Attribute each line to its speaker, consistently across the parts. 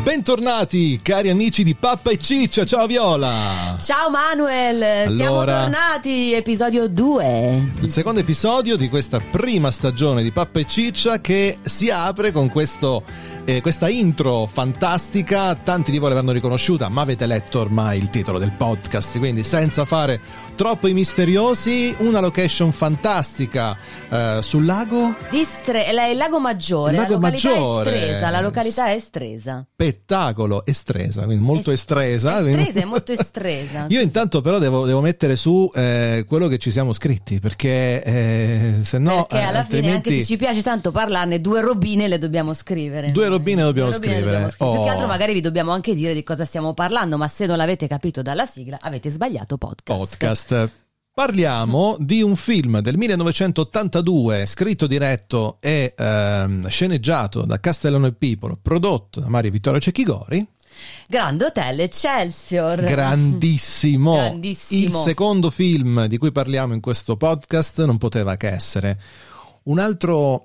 Speaker 1: Bentornati cari amici di Pappa e Ciccia, ciao Viola!
Speaker 2: Ciao Manuel, siamo
Speaker 1: Allora.
Speaker 2: tornati, episodio 2.
Speaker 1: Il secondo episodio di questa prima stagione di Pappa e Ciccia che si apre con questo, eh, questa intro fantastica, tanti di voi l'avranno riconosciuta ma avete letto ormai il titolo del podcast, quindi senza fare troppo i misteriosi, una location fantastica eh, sul lago
Speaker 2: Di Stre- la- il Lago Maggiore,
Speaker 1: Il Lago
Speaker 2: la località
Speaker 1: Maggiore.
Speaker 2: Estresa, la località è Estresa.
Speaker 1: spettacolo estresa, quindi molto
Speaker 2: Es-
Speaker 1: estresa. quindi-
Speaker 2: Estresa è molto estresa.
Speaker 1: Io intanto però devo, devo mettere su eh, quello che ci siamo scritti perché eh, se no
Speaker 2: Perché
Speaker 1: eh,
Speaker 2: alla fine, anche se
Speaker 1: altrimenti
Speaker 2: ci piace tanto parlarne, due robine le dobbiamo scrivere.
Speaker 1: Due robine dobbiamo
Speaker 2: Due robine le
Speaker 1: scrivere.
Speaker 2: Più che
Speaker 1: Oh.
Speaker 2: altro magari vi dobbiamo anche dire di cosa stiamo parlando, ma se non l'avete capito dalla sigla avete sbagliato podcast.
Speaker 1: podcast. Parliamo di un film del 1982 scritto, diretto e ehm, sceneggiato da Castellano e Pipolo, prodotto da Mario Vittorio Cecchigori,
Speaker 2: Grande Hotel Excelsior.
Speaker 1: grandissimo.
Speaker 2: Grandissimo.
Speaker 1: Il secondo film di cui parliamo in questo podcast non poteva che essere un altro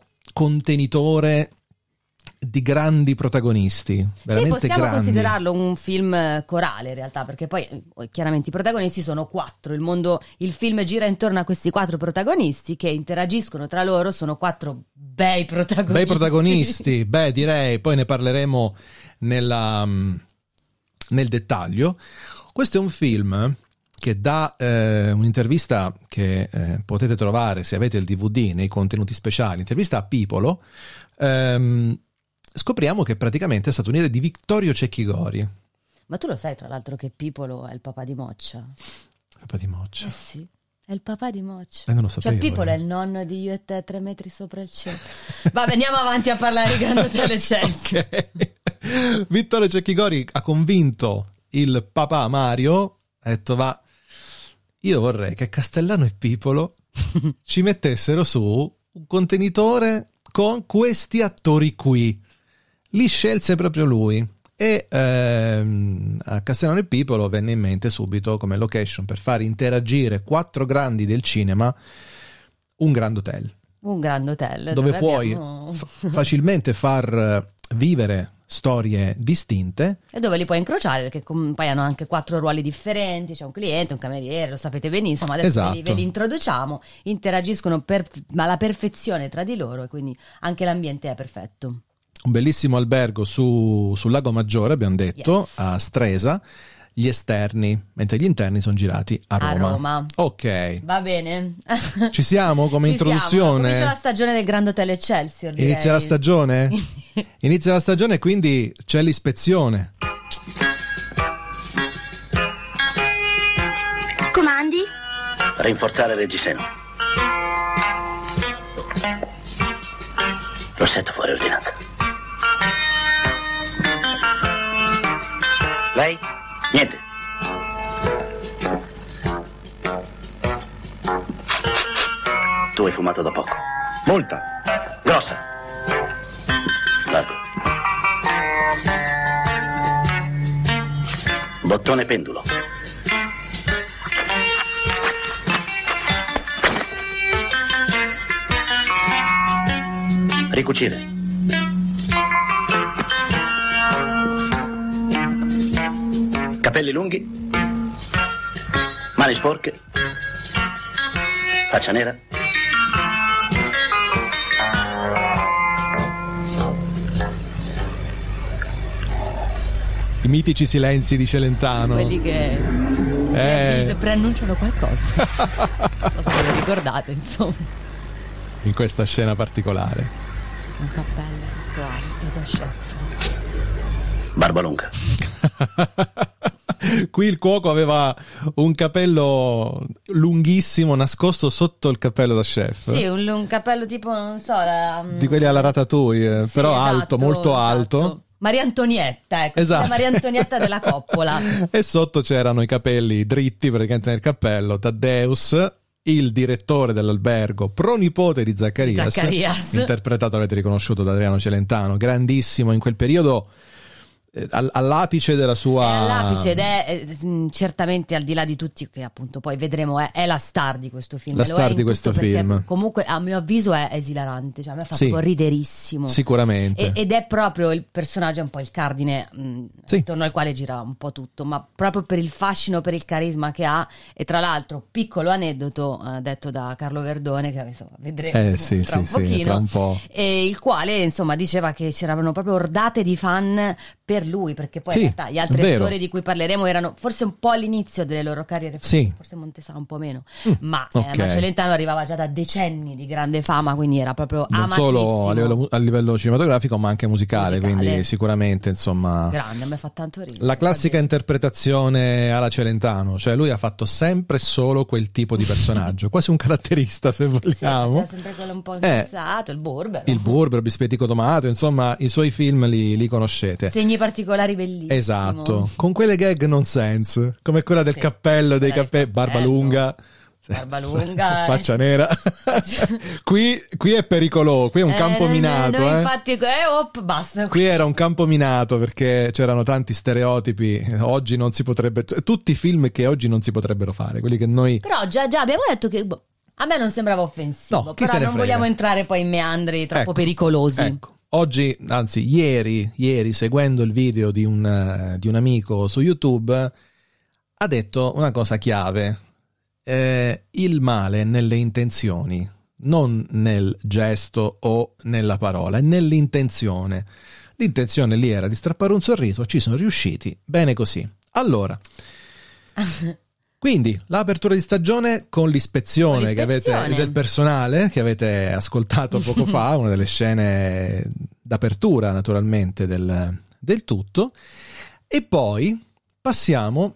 Speaker 1: contenitore di grandi protagonisti,
Speaker 2: Sì,
Speaker 1: veramente
Speaker 2: possiamo
Speaker 1: grandi.
Speaker 2: considerarlo un film eh, corale in realtà, perché poi eh, chiaramente i protagonisti sono quattro, il, mondo, il film gira intorno a questi quattro protagonisti che interagiscono tra loro, sono quattro bei protagonisti.
Speaker 1: Bei protagonisti, beh direi, poi ne parleremo nella, mm, nel dettaglio. Questo è un film che da eh, un'intervista che eh, potete trovare se avete il DVD nei contenuti speciali, intervista a Pipolo, ehm, scopriamo che praticamente è stato un'idea di Vittorio Cecchigori,
Speaker 2: Ma tu lo sai tra l'altro che Pipolo è il papà di Moccia?
Speaker 1: papà di Moccia.
Speaker 2: Eh sì, è il papà di Moccia.
Speaker 1: Eh, non lo
Speaker 2: Cioè,
Speaker 1: sapevo.
Speaker 2: Pipolo
Speaker 1: eh.
Speaker 2: è il nonno di io e te, tre metri sopra il cielo. Vabbè, andiamo avanti a parlare di Grande Hotel Excelsior.
Speaker 1: Ok. Vittorio Cecchigori ha convinto il papà Mario, ha detto va, io vorrei che Castellano e Pipolo ci mettessero su un contenitore con questi attori qui. Li scelse proprio lui e ehm, a Castellano e Pipolo venne in mente subito come location per far interagire quattro grandi del cinema un grand hotel
Speaker 2: Un grande hotel.
Speaker 1: dove puoi
Speaker 2: Eh, abbiamo-
Speaker 1: fa- facilmente far eh, vivere storie distinte.
Speaker 2: E dove li puoi incrociare? Perché com- poi hanno anche quattro ruoli differenti: c'è un cliente, un cameriere, lo sapete benissimo. Adesso ve li-
Speaker 1: Esatto.
Speaker 2: ve li introduciamo, interagiscono per- alla perfezione tra di loro e quindi anche l'ambiente è perfetto.
Speaker 1: Un bellissimo albergo su- sul lago Maggiore, abbiamo detto,
Speaker 2: Yes.
Speaker 1: a Stresa, gli esterni, mentre gli interni sono girati a
Speaker 2: A
Speaker 1: Roma.
Speaker 2: Roma.
Speaker 1: Ok,
Speaker 2: Va bene.
Speaker 1: ci siamo come
Speaker 2: Ci siamo,
Speaker 1: introduzione.
Speaker 2: Comincia la stagione del Grand Hotel Excelsior. direi.
Speaker 1: Inizia la stagione? Inizia la stagione e quindi c'è l'ispezione.
Speaker 3: Comandi?
Speaker 4: Rinforzare il reggiseno. Rossetto fuori ordinanza. Lei? Niente. Tu hai fumato da poco. Molta. Grossa. Largo. Bottone pendulo. Ricucire. Capelli lunghi. Mani sporche. Faccia nera.
Speaker 1: I mitici silenzi di Celentano.
Speaker 2: Quelli che
Speaker 1: Eh,
Speaker 2: avviso- preannunciano qualcosa. non so se ve lo ricordate, insomma.
Speaker 1: in questa scena particolare.
Speaker 2: Un cappello tutto alto da chef.
Speaker 4: Barba lunga.
Speaker 1: Qui il cuoco aveva un capello lunghissimo nascosto sotto il cappello da chef.
Speaker 2: Sì, un, un cappello tipo, non so, la- mm,
Speaker 1: Di quelli alla ratatouille, eh,
Speaker 2: Sì,
Speaker 1: però
Speaker 2: esatto,
Speaker 1: alto, molto
Speaker 2: esatto.
Speaker 1: alto.
Speaker 2: Maria Antonietta, ecco,
Speaker 1: Esatto.
Speaker 2: la Maria Antonietta della coppola.
Speaker 1: e sotto c'erano i capelli dritti praticamente nel cappello. Taddeus, il direttore dell'albergo, pronipote di Zaccarias,
Speaker 2: Zaccarias.
Speaker 1: interpretato, avete riconosciuto, da Adriano Celentano, grandissimo in quel periodo. eh, eh, all- all'apice della
Speaker 2: È
Speaker 1: sua...
Speaker 2: all'apice ed è eh, mm, certamente al di là di tutti, che appunto poi vedremo, eh, è, è la star di questo film.
Speaker 1: La
Speaker 2: Lo
Speaker 1: star
Speaker 2: è in
Speaker 1: di questo
Speaker 2: tutto perché
Speaker 1: film.
Speaker 2: Comunque, a mio avviso, è esilarante, cioè a me fa
Speaker 1: Sì.
Speaker 2: un po' riderissimo.
Speaker 1: Sicuramente.
Speaker 2: E- ed è proprio il personaggio, è un po' il cardine mh,
Speaker 1: Sì.
Speaker 2: intorno al quale gira un po' tutto, ma proprio per il fascino, per il carisma che ha. E tra l'altro, piccolo aneddoto eh, detto da Carlo Verdone, che insomma, vedremo
Speaker 1: eh sì,
Speaker 2: tra
Speaker 1: sì,
Speaker 2: un pochino.
Speaker 1: sì, tra un po'.
Speaker 2: E il quale insomma diceva che c'erano proprio ordate di fan per lui perché poi
Speaker 1: Sì,
Speaker 2: in realtà gli altri
Speaker 1: vero.
Speaker 2: attori di cui parleremo erano forse un po' all'inizio delle loro carriere forse-
Speaker 1: Sì.
Speaker 2: forse Montesà un po' meno
Speaker 1: Mm,
Speaker 2: ma eh,
Speaker 1: ok.
Speaker 2: Celentano arrivava già da decenni di grande fama quindi era proprio
Speaker 1: Non
Speaker 2: amatissimo
Speaker 1: solo a livello, a livello cinematografico, ma anche musicale,
Speaker 2: Musicale.
Speaker 1: quindi sicuramente, insomma,
Speaker 2: grande mi fa tanto ridere
Speaker 1: La classica interpretazione alla Celentano, cioè lui ha fatto sempre solo quel tipo di personaggio, quasi un caratterista se
Speaker 2: Sì, c'era
Speaker 1: vogliamo.
Speaker 2: sempre quello un po'
Speaker 1: Eh.
Speaker 2: incazzato il Borbero
Speaker 1: Il Burbero, Bispetico Tomato, insomma i suoi film li, li conoscete.
Speaker 2: segni particolari bellissimi
Speaker 1: Esatto, con quelle gag nonsense, come quella del
Speaker 2: Sì,
Speaker 1: cappello, dei
Speaker 2: quella del
Speaker 1: cappelli, barba
Speaker 2: cappello.
Speaker 1: lunga.
Speaker 2: Barba lunga, eh.
Speaker 1: faccia nera. qui, qui è pericoloso, qui è un
Speaker 2: Eh,
Speaker 1: campo
Speaker 2: no, no,
Speaker 1: minato.
Speaker 2: no,
Speaker 1: eh.
Speaker 2: infatti eh, op, basta
Speaker 1: Qui era un campo minato perché c'erano tanti stereotipi, oggi non si potrebbe, cioè, tutti i film che oggi non si potrebbero fare, quelli che noi...
Speaker 2: Però già, già abbiamo detto che boh, a me non sembrava offensivo,
Speaker 1: No, chi
Speaker 2: però
Speaker 1: se ne
Speaker 2: non
Speaker 1: frega.
Speaker 2: vogliamo entrare poi in meandri troppo
Speaker 1: Ecco,
Speaker 2: pericolosi.
Speaker 1: Ecco, oggi, anzi ieri, ieri seguendo il video di un, eh, di un amico su YouTube, ha detto una cosa chiave, Eh, il male è nelle intenzioni, non nel gesto o nella parola, è nell'intenzione. L'intenzione lì era di strappare un sorriso, ci sono riusciti, bene così. Allora, Quindi l'apertura di stagione con l'ispezione,
Speaker 2: Con
Speaker 1: che avete,
Speaker 2: l'ispezione.
Speaker 1: del personale che avete ascoltato poco fa, una delle scene d'apertura naturalmente del, del tutto. E poi passiamo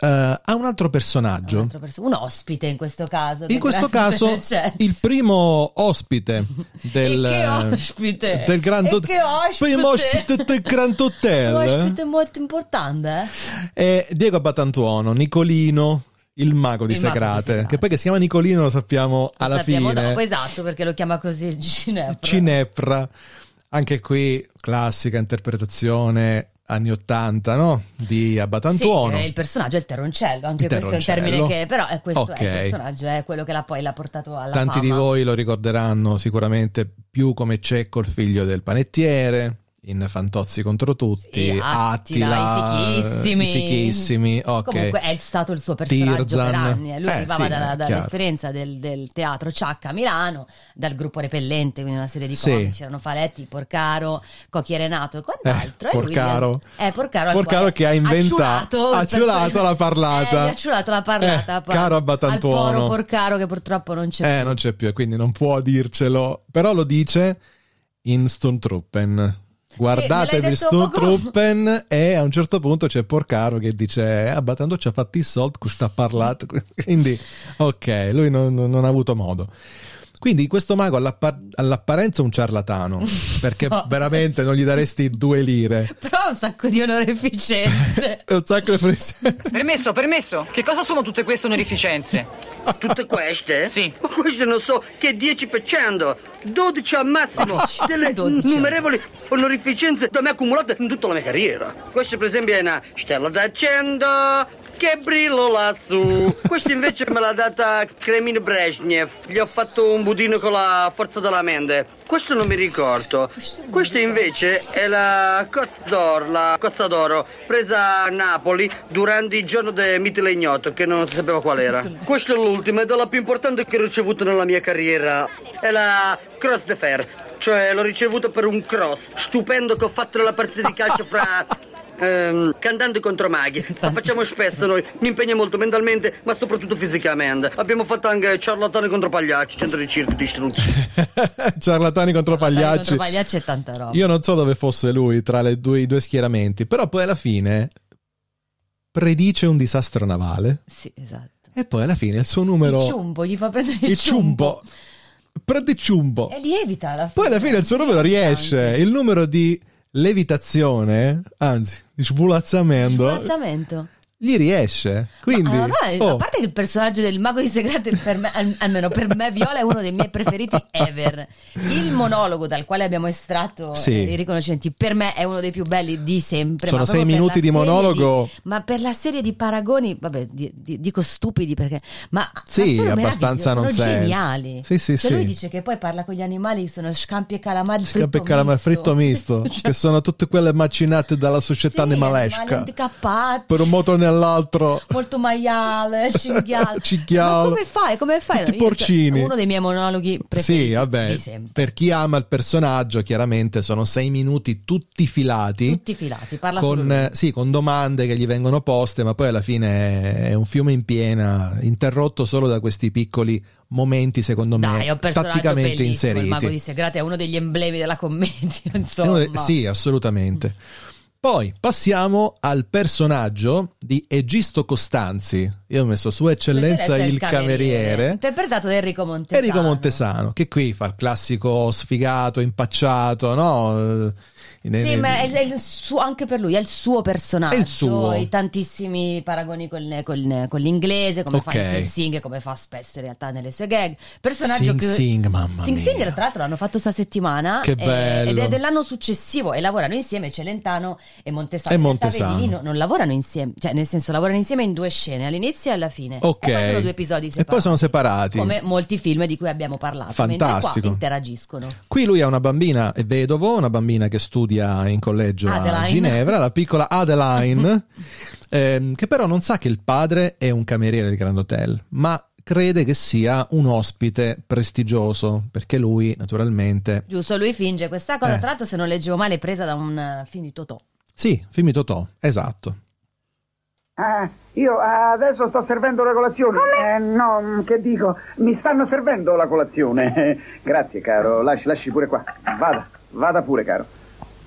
Speaker 1: eh, a un altro personaggio.
Speaker 2: Un, altro perso- un ospite in questo caso. cioè,
Speaker 1: In questo caso il primo ospite del, eh,
Speaker 2: E che ospite!
Speaker 1: del Grand
Speaker 2: E
Speaker 1: Hot-
Speaker 2: che ospite!
Speaker 1: primo ospite del Grand Hotel. eh?
Speaker 2: Un ospite molto importante, eh?
Speaker 1: è Diego Abatantuono, Nicolino, il mago di
Speaker 2: Il mago di
Speaker 1: Sagrate,
Speaker 2: Sagrate.
Speaker 1: che poi che si chiama Nicolino lo sappiamo alla
Speaker 2: Sappiamo
Speaker 1: fine.
Speaker 2: dopo, esatto, perché lo chiama così il Ginepro.
Speaker 1: Cinepra, anche qui classica interpretazione anni 80, no? Di Abatantuono.
Speaker 2: Sì, eh, il personaggio è il terroncello, anche
Speaker 1: Il
Speaker 2: questo è un
Speaker 1: terroncello.
Speaker 2: termine che però è questo
Speaker 1: Ok.
Speaker 2: è il personaggio, è quello che l'ha poi l'ha portato alla
Speaker 1: Tanti di
Speaker 2: fama.
Speaker 1: voi lo ricorderanno sicuramente più come Cecco, il figlio del panettiere, in Fantozzi contro tutti,
Speaker 2: Sì,
Speaker 1: Attila,
Speaker 2: Attila, i fichissimi.
Speaker 1: i fichissimi, ok.
Speaker 2: Comunque è stato il suo personaggio per
Speaker 1: Tirzan.
Speaker 2: anni. eh. Lui
Speaker 1: Eh,
Speaker 2: arrivava
Speaker 1: sì,
Speaker 2: dalla-
Speaker 1: eh,
Speaker 2: dall'esperienza del, del teatro Ciacca a Milano, dal gruppo Repellente, quindi una serie di
Speaker 1: Sì.
Speaker 2: comici, c'erano Faletti, Porcaro, Cocchi Renato e quant'altro.
Speaker 1: Eh,
Speaker 2: e lui
Speaker 1: Porcaro.
Speaker 2: è Porcaro, al
Speaker 1: Porcaro
Speaker 2: quale
Speaker 1: che ha inventato- ha
Speaker 2: il perso-
Speaker 1: ciulato la parlata.
Speaker 2: Eh, gli ha ciulato la parlata.
Speaker 1: Eh, caro Abbatantuono.
Speaker 2: Al poro Porcaro che purtroppo non c'è
Speaker 1: Eh,
Speaker 2: più.
Speaker 1: non c'è più, e quindi non può dircelo. Però lo dice in Sturmtruppen.
Speaker 2: me
Speaker 1: Guardatevi
Speaker 2: l'hai detto poco-
Speaker 1: Sturmtruppen e a un certo punto c'è Porcaro che dice "Ah, Batando ci ha fatti i soldi, con sta parlato". Quindi, ok, lui non, non- non ha avuto modo. Quindi questo mago all'appa- all'apparenza è un ciarlatano, perché
Speaker 2: No.
Speaker 1: veramente non gli daresti due lire.
Speaker 2: Però ha un sacco di onoreficenze.
Speaker 1: È un sacco di pressione.
Speaker 3: Permesso, permesso. Che cosa sono tutte queste onorificenze?
Speaker 5: Tutte queste?
Speaker 3: Sì.
Speaker 5: Ma queste non so che 10%, 12 al massimo, delle
Speaker 2: 12 al
Speaker 5: innumerevoli onorificenze da me accumulate in tutta la mia carriera. Questa per esempio è una stella d'accendo che brillo lassù. Questa invece me l'ha data Kremin Brezhnev. Gli ho fatto un budino con la forza della mente. Questo non mi ricordo. Questa invece è la Cozza d'Oro, la Cozza d'Oro, presa a Napoli durante il giorno del mitile ignoto, che non si sapeva qual era. Questa è l'ultima ed è la più importante che ho ricevuto nella mia carriera. È la Cross de Fer, cioè l'ho ricevuta per un cross stupendo che ho fatto nella partita di calcio fra Ehm, cantante contro maghi, la facciamo spesso noi, mi impegna molto mentalmente ma soprattutto fisicamente. Abbiamo fatto anche ciarlatani contro pagliacci, centro di circo distrutti.
Speaker 1: Ciarlatani contro pagliacci.
Speaker 2: Contro Pagliacci e tanta roba.
Speaker 1: Io non so dove fosse lui tra le due- i due schieramenti, però poi alla fine predice un disastro navale
Speaker 2: Sì, esatto.
Speaker 1: e poi alla fine il suo numero...
Speaker 2: Il ciumbo, gli fa prendere il,
Speaker 1: il ciumbo. Prende ciumbo.
Speaker 2: E lievita alla fine.
Speaker 1: Poi alla fine il suo numero riesce. Il numero di levitazione, anzi, di svolazzamento,
Speaker 2: Sbalzamento.
Speaker 1: gli riesce. Quindi,
Speaker 2: Ma, ah, ma-
Speaker 1: oh,
Speaker 2: A parte che il personaggio del mago di segreti, per me- al- almeno per me, Viola è uno dei miei preferiti ever. Il monologo dal quale abbiamo estratto
Speaker 1: Sì.
Speaker 2: eh, i riconoscenti, per me è uno dei più belli di sempre.
Speaker 1: sono
Speaker 2: ma
Speaker 1: sei
Speaker 2: proprio per
Speaker 1: minuti
Speaker 2: la
Speaker 1: di
Speaker 2: serie
Speaker 1: monologo.
Speaker 2: ma per la serie di paragoni, vabbè, di- di- dico stupidi perché. Ma ma
Speaker 1: Sì,
Speaker 2: sono
Speaker 1: abbastanza
Speaker 2: meravigliosi, sono
Speaker 1: nonsense.
Speaker 2: geniali.
Speaker 1: Sì, sì,
Speaker 2: cioè,
Speaker 1: sì.
Speaker 2: lui dice che poi parla con gli animali, sono scampi e calamari
Speaker 1: Scampi
Speaker 2: fritto Cioè
Speaker 1: e calamari fritto misto, che sono tutte quelle macinate dalla società
Speaker 2: Sì, animali
Speaker 1: animalesca.
Speaker 2: handicappati.
Speaker 1: Per un modo o nell'altro.
Speaker 2: molto maiale, cinghiale.
Speaker 1: Cinghiale.
Speaker 2: Ma come fai? Come fai?
Speaker 1: Tutti
Speaker 2: Io- cioè,
Speaker 1: porcini.
Speaker 2: Uno dei miei monologhi preferiti.
Speaker 1: Sì, vabbè.
Speaker 2: Di sempre.
Speaker 1: Per chi ama il personaggio, chiaramente sono sei minuti tutti filati.
Speaker 2: Tutti filati, parla solo
Speaker 1: con,
Speaker 2: lui.
Speaker 1: eh, sì, con domande che gli vengono poste, ma poi alla fine è un fiume in piena, interrotto solo da questi piccoli momenti, secondo me,
Speaker 2: Dai, è un personaggio
Speaker 1: tatticamente
Speaker 2: bellissimo,
Speaker 1: inseriti.
Speaker 2: Il mago di Segrate è uno degli emblemi della commedia,
Speaker 1: È uno
Speaker 2: insomma. Cioè,
Speaker 1: de- sì, assolutamente. Poi passiamo al personaggio di Egisto Costanzi. Io ho messo Sua Eccellenza il cameriere.
Speaker 2: interpretato da Enrico Montesano.
Speaker 1: Enrico Montesano, che qui fa il classico sfigato, impacciato, no? Eh,
Speaker 2: Sì,
Speaker 1: ne-
Speaker 2: ma è, è il suo- anche per lui è il suo personaggio.
Speaker 1: È il suo.
Speaker 2: I tantissimi paragoni col- col- con l'inglese, come
Speaker 1: Ok.
Speaker 2: fa in Sing Sing, come fa spesso in realtà nelle sue gag. Personaggio
Speaker 1: Sing
Speaker 2: che.
Speaker 1: Sing, mamma
Speaker 2: Sing
Speaker 1: mia.
Speaker 2: Sing, tra l'altro, l'hanno fatto sta settimana.
Speaker 1: Che
Speaker 2: eh,
Speaker 1: bello.
Speaker 2: Ed è dell'anno successivo e lavorano insieme Celentano e Montesano.
Speaker 1: E
Speaker 2: In realtà,
Speaker 1: Montesano.
Speaker 2: vedi, lì non, non lavorano insieme, cioè nel senso lavorano insieme in due scene, all'inizio e alla fine.
Speaker 1: Ok.
Speaker 2: E poi sono due episodi
Speaker 1: E
Speaker 2: separati.
Speaker 1: poi sono separati.
Speaker 2: Come molti film di cui abbiamo parlato. Mentre
Speaker 1: Fantastico.
Speaker 2: qua interagiscono.
Speaker 1: Qui lui ha una bambina, è vedovo, una bambina che studia in collegio a
Speaker 2: Adeline.
Speaker 1: Ginevra, la piccola Adeline, ehm, che però non sa che il padre è un cameriere del Grand Hotel, ma crede che sia un ospite prestigioso, perché lui naturalmente...
Speaker 2: Giusto, lui finge questa cosa.
Speaker 1: Eh.
Speaker 2: Tra l'altro, se non leggevo male, è presa da un eh, film di Totò.
Speaker 1: Sì, Fimi Totò, esatto.
Speaker 6: Ah, io adesso sto servendo la colazione. Eh, no, che dico, mi stanno servendo la colazione. Grazie, caro. Lasci, lasci pure qua. Vada, vada pure, caro.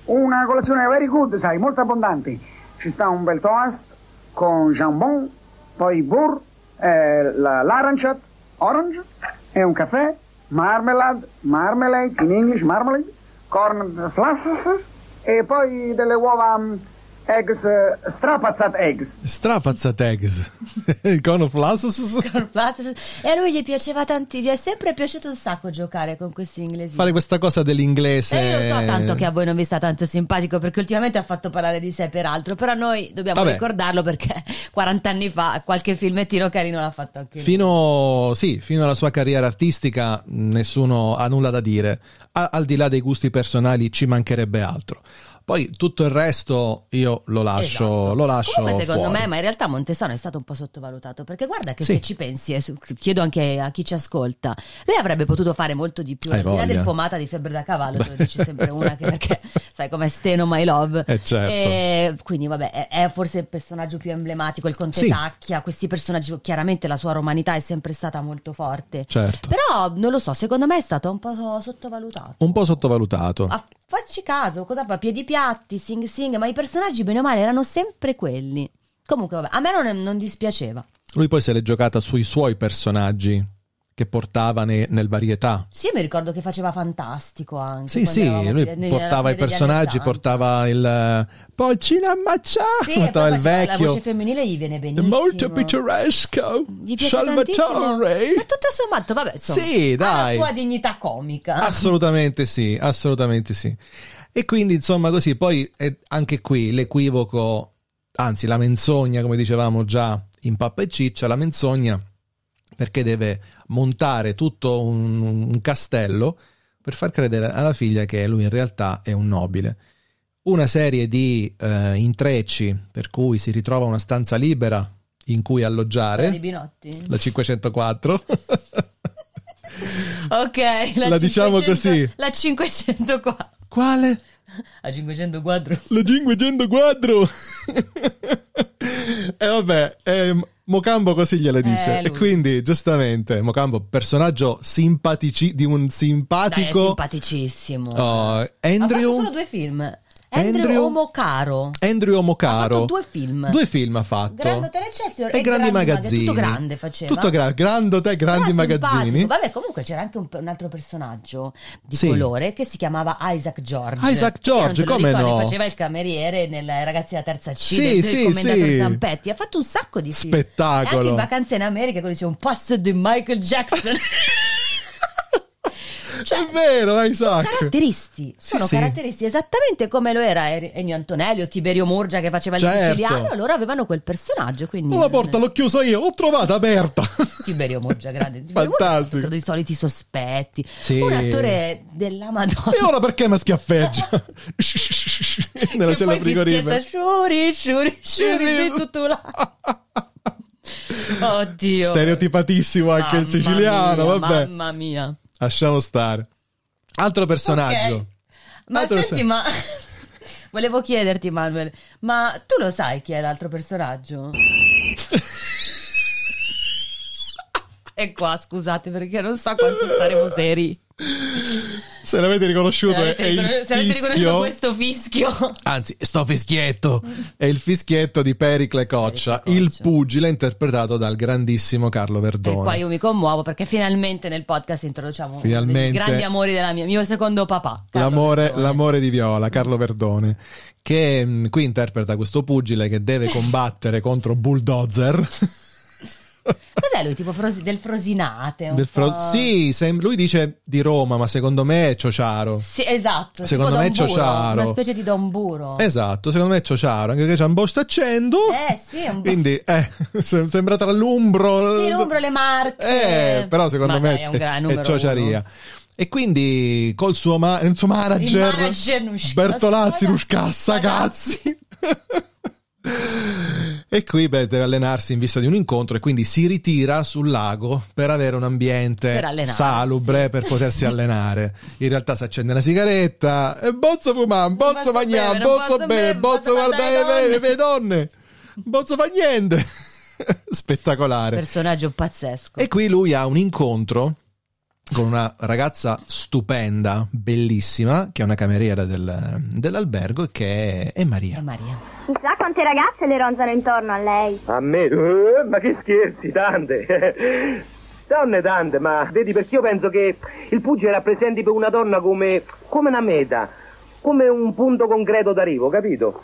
Speaker 6: Una colazione very good, sai, molto abbondante. Ci sta un bel toast con jambon, poi burr, eh, la- l'arancia, orange, e un caffè, marmalade, marmalade, in English marmalade, corn flasks, e poi delle uova mm, eggs, eh, strapazzate eggs.
Speaker 1: Strapazzategs, il cono flassus,
Speaker 2: E a lui gli piaceva tanti, gli è sempre piaciuto un sacco giocare con questi inglesi.
Speaker 1: fare questa cosa dell'inglese...
Speaker 2: E Eh, io lo so tanto che a voi non vi sta tanto simpatico perché ultimamente ha fatto parlare di sé per altro, però noi dobbiamo
Speaker 1: Vabbè.
Speaker 2: ricordarlo perché 40 anni fa qualche filmettino carino l'ha fatto anche lui.
Speaker 1: Fino, sì, fino alla sua carriera artistica mh, nessuno ha nulla da dire, A- al di là dei gusti personali ci mancherebbe altro. Poi tutto il resto io lo lascio,
Speaker 2: Esatto.
Speaker 1: lo lascio
Speaker 2: Comunque, secondo
Speaker 1: fuori.
Speaker 2: me, ma in realtà Montesano è stato un po' sottovalutato. Perché guarda che
Speaker 1: Sì.
Speaker 2: se ci pensi, e su- chiedo anche a chi ci ascolta, lui avrebbe potuto fare molto di più.
Speaker 1: Hai
Speaker 2: Al di là
Speaker 1: voglia.
Speaker 2: del pomata di febbre da cavallo, te lo dice sempre una, anche perché sai com'è Steno My Love.
Speaker 1: Eh, certo.
Speaker 2: E quindi, vabbè, è, è forse il personaggio più emblematico, il Conte
Speaker 1: Sì.
Speaker 2: Tacchia, questi personaggi, chiaramente la sua romanità è sempre stata molto forte.
Speaker 1: Certo,
Speaker 2: Però, non lo so, secondo me è stato un po' sottovalutato.
Speaker 1: un po' sottovalutato.
Speaker 2: Ah, facci caso, cosa fa? Piedi piatti, sing sing, ma i personaggi bene o male erano sempre quelli. Comunque, vabbè, a me non, non dispiaceva.
Speaker 1: Lui poi se l'è giocata sui suoi personaggi che portava ne- nel varietà.
Speaker 2: Sì, mi ricordo che faceva fantastico anche.
Speaker 1: Sì,
Speaker 2: quando
Speaker 1: sì,
Speaker 2: eravamo
Speaker 1: lui
Speaker 2: figli- nella
Speaker 1: portava
Speaker 2: fine
Speaker 1: i
Speaker 2: degli anni
Speaker 1: personaggi,
Speaker 2: Ottanta.
Speaker 1: portava il eh, Polcino ammacciato,
Speaker 2: Sì, e poi
Speaker 1: portava il
Speaker 2: faceva- La
Speaker 1: vecchio.
Speaker 2: voce femminile gli viene
Speaker 1: È
Speaker 2: benissimo.
Speaker 1: molto pittoresco.
Speaker 2: Gli piace tantissimo.
Speaker 1: Salvatore.
Speaker 2: Ma tutto sommato, vabbè, insomma,
Speaker 1: Sì, dai. Ah,
Speaker 2: ha la sua dignità comica.
Speaker 1: Assolutamente sì, assolutamente sì. E quindi insomma così, poi eh, anche qui l'equivoco, anzi la menzogna, come dicevamo già in Pappa e Ciccia, la menzogna perché deve montare tutto un, un castello per far credere alla figlia che lui in realtà è un nobile. Una serie di eh, intrecci per cui si ritrova una stanza libera in cui
Speaker 2: Quella Di
Speaker 1: alloggiare,
Speaker 2: Binotti.
Speaker 1: la 504.
Speaker 2: ok, la,
Speaker 1: La diciamo
Speaker 2: 500
Speaker 1: così.
Speaker 2: La 500 qua.
Speaker 1: Quale?
Speaker 2: La 500 quadro.
Speaker 1: La 500 quadro. e vabbè, ehm, Mocambo così gliele dice.
Speaker 2: Eh,
Speaker 1: e
Speaker 2: lui.
Speaker 1: quindi, giustamente, Mocambo, personaggio simpatici di un
Speaker 2: Dai, è
Speaker 1: simpatico.
Speaker 2: simpaticissimo.
Speaker 1: Oh,
Speaker 2: Ha fatto
Speaker 1: Andrew.
Speaker 2: solo due film. Andrew,
Speaker 1: Andrew-
Speaker 2: Omocaro.
Speaker 1: Andrew Omocaro.
Speaker 2: Ha fatto due film.
Speaker 1: Due film ha fatto.
Speaker 2: Grande Hotel Excelsior
Speaker 1: e,
Speaker 2: e
Speaker 1: Grandi
Speaker 2: Grandi Mag-
Speaker 1: Magazzini.
Speaker 2: tutto grande faceva.
Speaker 1: Tutto gra- grande hotel, Grandi
Speaker 2: Era simpatico.
Speaker 1: Magazzini.
Speaker 2: Vabbè, comunque c'era anche un, un altro personaggio di
Speaker 1: Sì.
Speaker 2: colore che si chiamava Isaac George.
Speaker 1: Isaac
Speaker 2: Che non
Speaker 1: George,
Speaker 2: te lo
Speaker 1: come
Speaker 2: ricordi,
Speaker 1: no?
Speaker 2: Faceva il cameriere nella ragazza della terza C
Speaker 1: Sì,
Speaker 2: del, del
Speaker 1: sì,
Speaker 2: commendatore
Speaker 1: sì.
Speaker 2: Zampetti. Ha fatto un sacco di film. E
Speaker 1: Spettacolo.
Speaker 2: anche in vacanza in America quello diceva un passo di Michael Jackson. Cioè,
Speaker 1: È vero, Isaac.
Speaker 2: Caratteristi,
Speaker 1: Sì,
Speaker 2: sono
Speaker 1: sì.
Speaker 2: caratteristi esattamente come lo era Er- Ennio Antonelli o Tiberio Morgia che faceva
Speaker 1: Certo.
Speaker 2: il siciliano, loro avevano quel personaggio. Quindi
Speaker 1: Oh, La porta l'ho chiusa io, l'ho trovata aperta.
Speaker 2: Tiberio Moggia grande Tiberio Moggia ha
Speaker 1: Fantastico.
Speaker 2: sempre dei soliti sospetti
Speaker 1: Sì.
Speaker 2: un attore della Madonna
Speaker 1: E ora perché mi schiaffeggia? Nella
Speaker 2: che
Speaker 1: cella
Speaker 2: poi
Speaker 1: frigorifera.
Speaker 2: fischietta shuri shuri shuri
Speaker 1: Sì, sì.
Speaker 2: di tutula oddio
Speaker 1: Stereotipatissimo anche il
Speaker 2: Mamma
Speaker 1: siciliano,
Speaker 2: mia,
Speaker 1: vabbè.
Speaker 2: mamma mia
Speaker 1: Lasciamo stare. Altro personaggio.
Speaker 2: Ok. ma
Speaker 1: Altro
Speaker 2: senti
Speaker 1: sen-
Speaker 2: ma volevo chiederti Manuel ma tu lo sai chi è l'altro personaggio? e qua scusate perché non so quanto staremo seri
Speaker 1: Se l'avete riconosciuto
Speaker 2: se
Speaker 1: è,
Speaker 2: avete
Speaker 1: è il
Speaker 2: riconos- se avete riconosciuto
Speaker 1: fischio.
Speaker 2: questo fischio
Speaker 1: Anzi, sto fischietto. È il fischietto di Pericle Coccia,
Speaker 2: Pericle
Speaker 1: il
Speaker 2: Coccia.
Speaker 1: pugile interpretato dal grandissimo Carlo
Speaker 2: E
Speaker 1: Verdone.
Speaker 2: qua io mi commuovo perché finalmente nel podcast introduciamo
Speaker 1: Finalmente.
Speaker 2: uno dei grandi amori della mia, mio secondo papà. Carlo
Speaker 1: L'amore,
Speaker 2: Verdone.
Speaker 1: l'amore di Viola, Carlo Verdone, che mh, qui interpreta questo pugile che deve combattere contro Bulldozer.
Speaker 2: Cos'è lui? Tipo Frosi- del Frosinate? un
Speaker 1: Del Fro-
Speaker 2: po'?
Speaker 1: sì, sem- lui dice di Roma, ma secondo me è Ciociaro.
Speaker 2: Sì, esatto.
Speaker 1: Secondo
Speaker 2: tipo
Speaker 1: me è
Speaker 2: Don Buro,
Speaker 1: Ciociaro.
Speaker 2: Una specie di Don Buro.
Speaker 1: Esatto, secondo me è Ciociaro, anche che c'ha un po' staccendo.
Speaker 2: Eh, sì, è un po'.
Speaker 1: Quindi, eh, se- sembra tra l'umbro.
Speaker 2: Sì, l'Umbro, le Marche.
Speaker 1: Eh, però secondo
Speaker 2: Ma
Speaker 1: me
Speaker 2: dai, è un gran
Speaker 1: è,
Speaker 2: numero
Speaker 1: è Ciociaria. E quindi col suo, ma- il suo manager,
Speaker 2: Il manager Nuscassa-
Speaker 1: Bertolazzi Ruscassa
Speaker 2: Sagazzi.
Speaker 1: Cazzi. e qui beh, deve allenarsi in vista di un incontro e quindi si ritira sul lago per avere un ambiente
Speaker 2: Per allenarsi.
Speaker 1: salubre per potersi allenare. In realtà si accende una sigaretta e bozzo fumare, bozzo
Speaker 2: posso
Speaker 1: mangiare,
Speaker 2: bere, non
Speaker 1: bozzo
Speaker 2: posso
Speaker 1: bere,
Speaker 2: bere,
Speaker 1: bozzo eh,
Speaker 2: posso guardare
Speaker 1: guardare le
Speaker 2: le
Speaker 1: le donne, bozzo fa niente. Spettacolare.
Speaker 2: Personaggio pazzesco.
Speaker 1: E qui lui ha un incontro con una ragazza stupenda, bellissima, che è una cameriera del- dell'albergo, che è, è
Speaker 2: E
Speaker 1: Maria.
Speaker 2: Eh, Maria.
Speaker 7: Chissà quante ragazze le ronzano intorno a lei.
Speaker 5: A me? Eh, ma che scherzi, tante. Donne tante, ma vedi perché io penso che il pugile rappresenti per una donna come, come una meta, come un punto concreto d'arrivo, capito?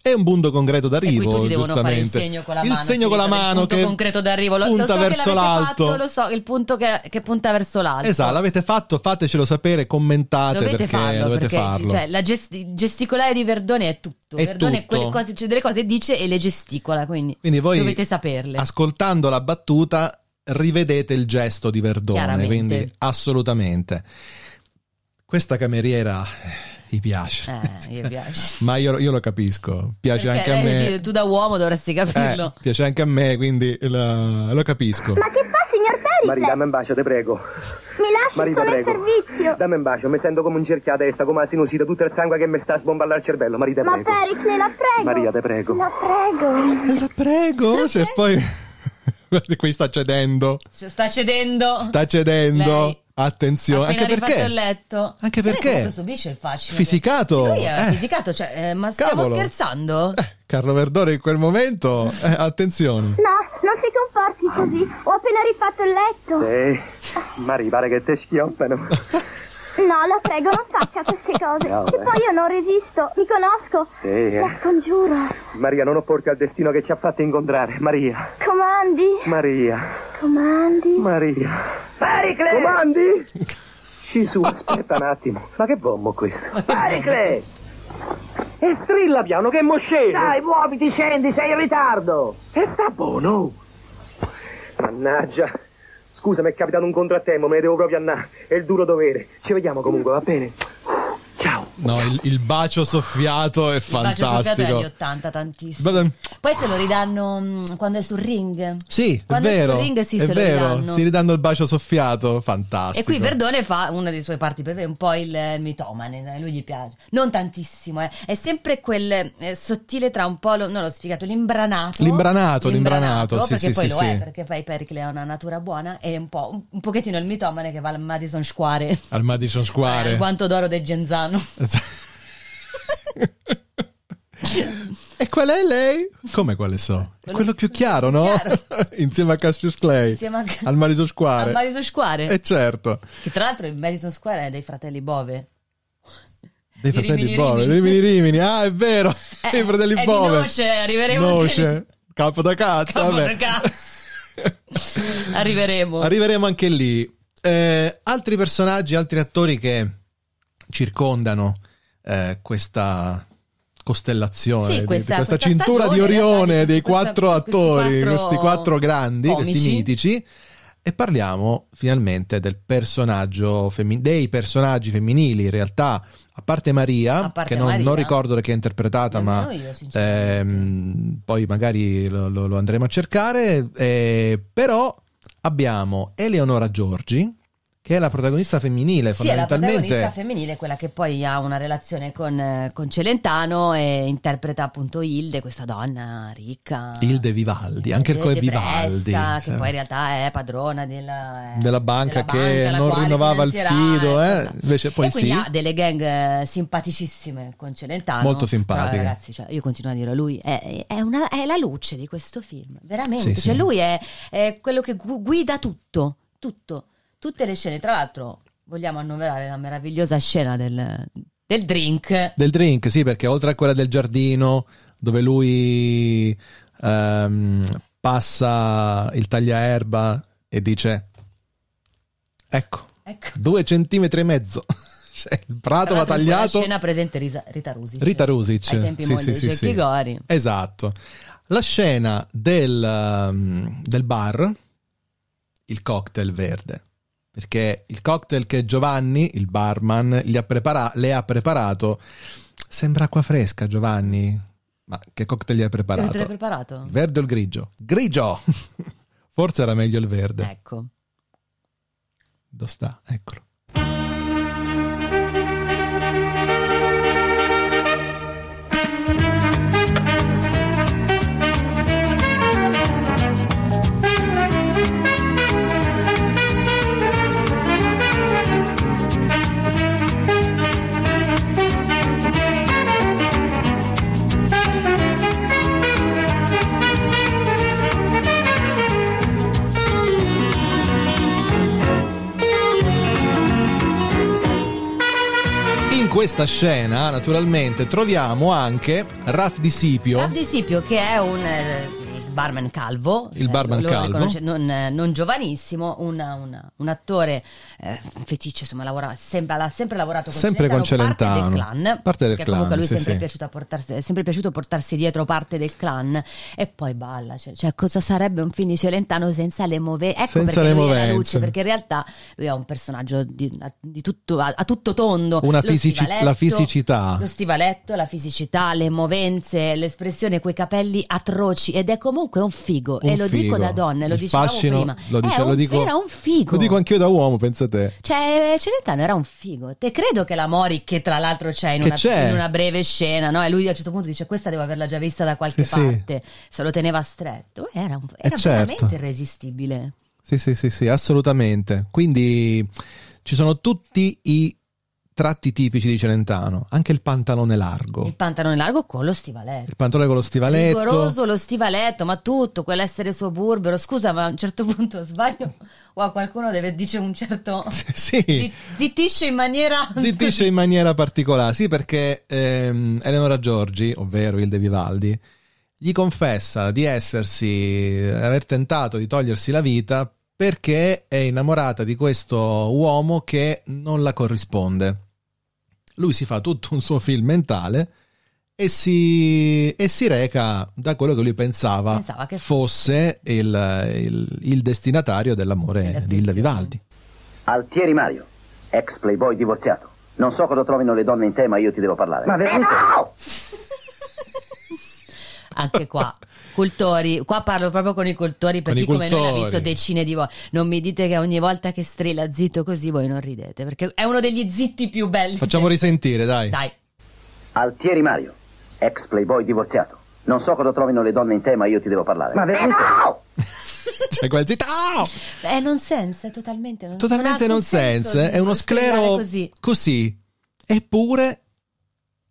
Speaker 1: È un punto concreto d'arrivo,
Speaker 2: e qui tutti devono fare il
Speaker 1: giustamente.
Speaker 2: segno con la
Speaker 1: Il
Speaker 2: mano.
Speaker 1: segno con la
Speaker 2: devono fare
Speaker 1: mano
Speaker 2: il punto
Speaker 1: che
Speaker 2: concreto d'arrivo. Lo, lo
Speaker 1: punta
Speaker 2: so che
Speaker 1: verso
Speaker 2: l'avete
Speaker 1: l'alto.
Speaker 2: Fatto, lo so, il punto che, che punta verso l'alto.
Speaker 1: Esatto, l'avete fatto, fatecelo sapere, commentate
Speaker 2: Dovete
Speaker 1: Ah, perché
Speaker 2: farlo
Speaker 1: dovete
Speaker 2: perché
Speaker 1: farlo.
Speaker 2: Cioè, la gesti- gesticolare di Verdone è tutto.
Speaker 1: È
Speaker 2: Verdone
Speaker 1: tutto.
Speaker 2: quelle cose, cioè, delle cose dice e le gesticola, quindi,
Speaker 1: Quindi voi
Speaker 2: dovete saperle.
Speaker 1: ascoltando la battuta rivedete il gesto di Verdone,
Speaker 2: Chiaramente.
Speaker 1: quindi assolutamente. Questa cameriera eh, gli piace.
Speaker 2: Eh, gli piace.
Speaker 1: Ma io, io lo capisco, piace anche
Speaker 2: Perché,
Speaker 1: a me.
Speaker 2: eh, Tu da uomo dovresti
Speaker 1: Eh,
Speaker 2: capirlo.
Speaker 1: piace anche a me, quindi la- lo capisco.
Speaker 7: Ma che fa, signor
Speaker 5: Maria,
Speaker 7: Pericle?
Speaker 5: dammi un bacio, te prego.
Speaker 7: Mi lasci
Speaker 5: Marita,
Speaker 7: solo in
Speaker 5: prego.
Speaker 7: servizio.
Speaker 5: Dammi un bacio, mi sento come un cerchio a testa, come la sinusita, tutto il sangue che mi sta a sbomballare il cervello. Maria, te
Speaker 7: Ma
Speaker 5: prego.
Speaker 7: Pericle, la prego.
Speaker 5: Maria, te prego.
Speaker 7: La prego.
Speaker 1: La prego, se poi... Guarda, qui sta cedendo,
Speaker 2: Cioè, Sta cedendo.
Speaker 1: Eh. sta cedendo.
Speaker 2: Lei.
Speaker 1: Attenzione,
Speaker 2: Appena
Speaker 1: anche
Speaker 2: rifatto
Speaker 1: perché...
Speaker 2: il letto.
Speaker 1: Anche
Speaker 2: Lei
Speaker 1: perché?
Speaker 2: comunque subisce il fascino. cioè,
Speaker 1: Fisicato,
Speaker 2: Lui è
Speaker 1: eh.
Speaker 2: fisicato, cioè, eh, ma
Speaker 1: Cavolo.
Speaker 2: stiamo scherzando?
Speaker 1: Eh, Carlo Verdone in quel momento, eh, attenzione.
Speaker 7: No, non si
Speaker 5: Ah.
Speaker 7: comporti così. Ho appena rifatto il letto.
Speaker 5: Eh, Maria, pare che te schioppano.
Speaker 7: No, la prego, non faccia queste cose.
Speaker 5: No,
Speaker 7: che
Speaker 5: eh.
Speaker 7: poi io non resisto. Mi conosco.
Speaker 5: Sì, eh.
Speaker 7: La scongiuro.
Speaker 5: Maria, non opporti al destino che ci ha fatto incontrare. Maria,
Speaker 7: Comandi,
Speaker 5: Maria,
Speaker 7: comandi.
Speaker 5: Maria. Pericle! Comandi? Gesù, aspetta un attimo. Ma che bombo questo? Pericle! E strilla piano, che mosceno! Dai, muoviti, scendi, sei in ritardo! E sta buono! Mannaggia! Scusa, mi è capitato un contrattempo, me ne devo proprio andare. È il duro dovere. Ci vediamo comunque, va bene? Ciao!
Speaker 1: No, il, il bacio soffiato è
Speaker 2: Il bacio giocato è agli
Speaker 1: fantastico.
Speaker 2: 80 tantissimo.
Speaker 1: Vabbè,
Speaker 2: Poi se lo ridanno mm, quando è sul ring.
Speaker 1: Sì, è
Speaker 2: Quando è sul
Speaker 1: vero.
Speaker 2: ring, sì,
Speaker 1: è
Speaker 2: se lo
Speaker 1: vero,
Speaker 2: ridanno.
Speaker 1: si ridanno il bacio soffiato,
Speaker 2: E
Speaker 1: fantastico.
Speaker 2: qui Verdone fa una dei suoi parti per un po' il eh, mitomane, dai, lui gli piace. Non tantissimo, eh. è sempre quel eh, sottile tra un po' lo, no, lo sfigato, l'imbranato.
Speaker 1: L'imbranato, l'imbranato, sì,
Speaker 2: perché
Speaker 1: sì,
Speaker 2: poi
Speaker 1: sì,
Speaker 2: lo è,
Speaker 1: sì.
Speaker 2: perché poi Pericle ha una natura buona e un po' un, un pochettino il mitomane che va al Madison Square,
Speaker 1: Al Madison
Speaker 2: al
Speaker 1: Square.
Speaker 2: guanto d'oro del Genzano.
Speaker 1: E qual è lei? Come quale so? Quello, più chiaro, no?
Speaker 2: chiaro.
Speaker 1: Insieme a Cassius Clay.
Speaker 2: Insieme a-
Speaker 1: Al Mariso Square.
Speaker 2: Al Madison Square.
Speaker 1: E certo.
Speaker 2: Che tra l'altro il Madison Square è dei fratelli Bove.
Speaker 1: Dei
Speaker 2: Di
Speaker 1: fratelli
Speaker 2: Rimini,
Speaker 1: Bove.
Speaker 2: Rimini.
Speaker 1: Rimini Rimini. Ah, è vero.
Speaker 2: Eh,
Speaker 1: Dei fratelli
Speaker 2: è di
Speaker 1: Bove.
Speaker 2: Noce, arriveremo anche
Speaker 1: Noce.
Speaker 2: lì.
Speaker 1: Capo da cazzo.
Speaker 2: Capo
Speaker 1: vabbè.
Speaker 2: da Arriveremo.
Speaker 1: Arriveremo anche lì. Eh, altri personaggi, altri attori che circondano eh, questa costellazione,
Speaker 2: Sì,
Speaker 1: di- di
Speaker 2: questa-
Speaker 1: questa,
Speaker 2: questa
Speaker 1: cintura
Speaker 2: stagione,
Speaker 1: di Orione
Speaker 2: ragazzi,
Speaker 1: dei
Speaker 2: questa-
Speaker 1: quattro
Speaker 2: questi
Speaker 1: attori,
Speaker 2: quattro
Speaker 1: questi quattro grandi, questi
Speaker 2: comici.
Speaker 1: mitici. E parliamo finalmente del personaggio femmi- dei personaggi femminili, in realtà, a parte Maria,
Speaker 2: A parte
Speaker 1: che non,
Speaker 2: Maria.
Speaker 1: non ricordo da chi è interpretata, ma
Speaker 2: Nemmeno io, sinceramente.
Speaker 1: Ehm, poi magari lo, lo- lo andremo a cercare, eh, però abbiamo Eleonora Giorgi, che è la protagonista femminile,
Speaker 2: Sì, è la protagonista
Speaker 1: fondamentalmente.
Speaker 2: femminile, quella che poi ha una relazione con, eh, con Celentano e interpreta appunto Hilde, questa donna ricca.
Speaker 1: Hilde Vivaldi, anche il coe
Speaker 2: depressa,
Speaker 1: Vivaldi,
Speaker 2: Che
Speaker 1: cioè.
Speaker 2: poi in realtà è padrona della, eh,
Speaker 1: Della banca
Speaker 2: della
Speaker 1: che
Speaker 2: banca, la
Speaker 1: non
Speaker 2: quale
Speaker 1: rinnovava il
Speaker 2: finanzierà,
Speaker 1: fido, eh,
Speaker 2: ecco.
Speaker 1: invece poi
Speaker 2: e quindi
Speaker 1: sì.
Speaker 2: ha delle gang eh, simpaticissime con Celentano.
Speaker 1: Molto
Speaker 2: simpatiche.
Speaker 1: simpatiche.
Speaker 2: ragazzi, cioè, io continuo a dire, lui è, è una- è la luce di questo film, veramente.
Speaker 1: Sì,
Speaker 2: cioè,
Speaker 1: sì.
Speaker 2: lui è, è quello che gu- guida tutto, tutto, tutte le scene. Tra l'altro, vogliamo annoverare la meravigliosa scena del, del drink.
Speaker 1: Del drink, sì, perché oltre a quella del giardino, dove lui ehm, passa il tagliaerba e dice, ecco,
Speaker 2: Ecco.
Speaker 1: due centimetri e mezzo, Cioè, il prato va
Speaker 2: Tra l'altro in quella
Speaker 1: tagliato.
Speaker 2: scena presente Risa- Rita Rusic.
Speaker 1: Rita Rusic.
Speaker 2: Ai tempi
Speaker 1: Sì,
Speaker 2: moglie
Speaker 1: sì,
Speaker 2: di
Speaker 1: sì,
Speaker 2: Jackie
Speaker 1: sì.
Speaker 2: Gori.
Speaker 1: Esatto. La scena del, um, del bar, il cocktail verde. Perché il cocktail che Giovanni, il barman, gli ha prepara- le ha preparato sembra acqua fresca, Giovanni. Ma che cocktail gli ha
Speaker 2: Cosa te l'hai
Speaker 1: preparato?
Speaker 2: preparato?
Speaker 1: Il verde o il grigio? Grigio! Forse era meglio il verde.
Speaker 2: Ecco.
Speaker 1: Dove sta? Eccolo. In questa scena, naturalmente, troviamo anche Raf Di Sipio.
Speaker 2: Raf Di Sipio che è un eh, il barman calvo,
Speaker 1: Il barman
Speaker 2: eh, lo
Speaker 1: calvo.
Speaker 2: riconosce- non, eh, non giovanissimo, una- una- un attore eh, feticcio, insomma, lavora, sembra, l'ha sempre lavorato con
Speaker 1: Sempre con
Speaker 2: Celentano, parte
Speaker 1: Celentano.
Speaker 2: del clan,
Speaker 1: Parte del
Speaker 2: che
Speaker 1: clan,
Speaker 2: comunque a lui
Speaker 1: sì,
Speaker 2: sempre,
Speaker 1: sì.
Speaker 2: È piaciuto a portarsi, è sempre piaciuto portarsi dietro parte del clan e poi balla, cioè, cioè, cosa sarebbe un film di Celentano senza le movenze? Ecco
Speaker 1: Senza
Speaker 2: perché
Speaker 1: le
Speaker 2: lui è la
Speaker 1: movenze.
Speaker 2: luce, perché in realtà lui è un personaggio di, di tutto, a, a tutto tondo,
Speaker 1: Una
Speaker 2: Lo
Speaker 1: fisici-
Speaker 2: stivaletto,
Speaker 1: la fisicità.
Speaker 2: lo stivaletto, la fisicità, le movenze, l'espressione, quei capelli atroci ed è comunque un figo
Speaker 1: Un
Speaker 2: e lo dico
Speaker 1: figo.
Speaker 2: da donna, e lo
Speaker 1: Il
Speaker 2: dicevamo
Speaker 1: fascino,
Speaker 2: prima.
Speaker 1: Lo dice-
Speaker 2: È
Speaker 1: lo
Speaker 2: un-
Speaker 1: dico,
Speaker 2: era un figo.
Speaker 1: Lo dico anch'io da uomo, pensa te.
Speaker 2: Cioè, Celentano era un figo. Te credo che la Mori, che tra l'altro c'è in,
Speaker 1: Che
Speaker 2: una,
Speaker 1: c'è.
Speaker 2: in una breve scena, no? E lui a un certo punto dice: Questa devo averla già vista da qualche
Speaker 1: Eh, Sì, sì.
Speaker 2: parte. Se lo teneva stretto. Era, un- era
Speaker 1: certo.
Speaker 2: veramente irresistibile.
Speaker 1: Sì, sì, sì, sì, assolutamente. Quindi ci sono tutti i tratti tipici di Celentano, anche il pantalone largo,
Speaker 2: Il pantalone largo con lo stivaletto.
Speaker 1: il pantalone con lo stivaletto.
Speaker 2: Rigoroso lo stivaletto, ma tutto, quell'essere suburbero. Scusa, ma a un certo punto sbaglio o a qualcuno deve dice un certo
Speaker 1: Sì, Sì,
Speaker 2: Zi- zittisce in maniera
Speaker 1: zittisce in maniera particolare. Sì, perché ehm, Eleonora Giorgi, ovvero il De Vivaldi, gli confessa di essersi, aver tentato di togliersi la vita perché è innamorata di questo uomo che non la corrisponde. Lui si fa tutto un suo film mentale e si, e si reca da quello che lui pensava,
Speaker 2: Pensava che
Speaker 1: fosse il, il- il destinatario dell'amore di Hilda Vivaldi.
Speaker 4: Altieri Mario, ex playboy divorziato. Non so cosa trovino le donne in te, ma io ti devo parlare.
Speaker 6: Ma veramente?
Speaker 2: anche qua cultori qua parlo proprio con i cultori per
Speaker 1: Con
Speaker 2: chi
Speaker 1: i
Speaker 2: come noi l'ha
Speaker 1: cultori.
Speaker 2: visto decine di volte non mi dite che ogni volta che strilla zitto così voi non ridete perché è uno degli zitti più belli Cioè,
Speaker 1: Facciamo risentire, dai.
Speaker 2: dai
Speaker 4: Altieri Mario, ex playboy divorziato. Non so cosa trovino le donne in te, ma io ti devo parlare.
Speaker 6: Ma veramente?
Speaker 1: Cioè, quel zitto. Ah!
Speaker 2: è nonsense Eh, è totalmente non
Speaker 1: totalmente
Speaker 2: ha alcun
Speaker 1: nonsense,
Speaker 2: senso
Speaker 1: è uno
Speaker 2: strillare
Speaker 1: sclero
Speaker 2: così
Speaker 1: così. Eppure,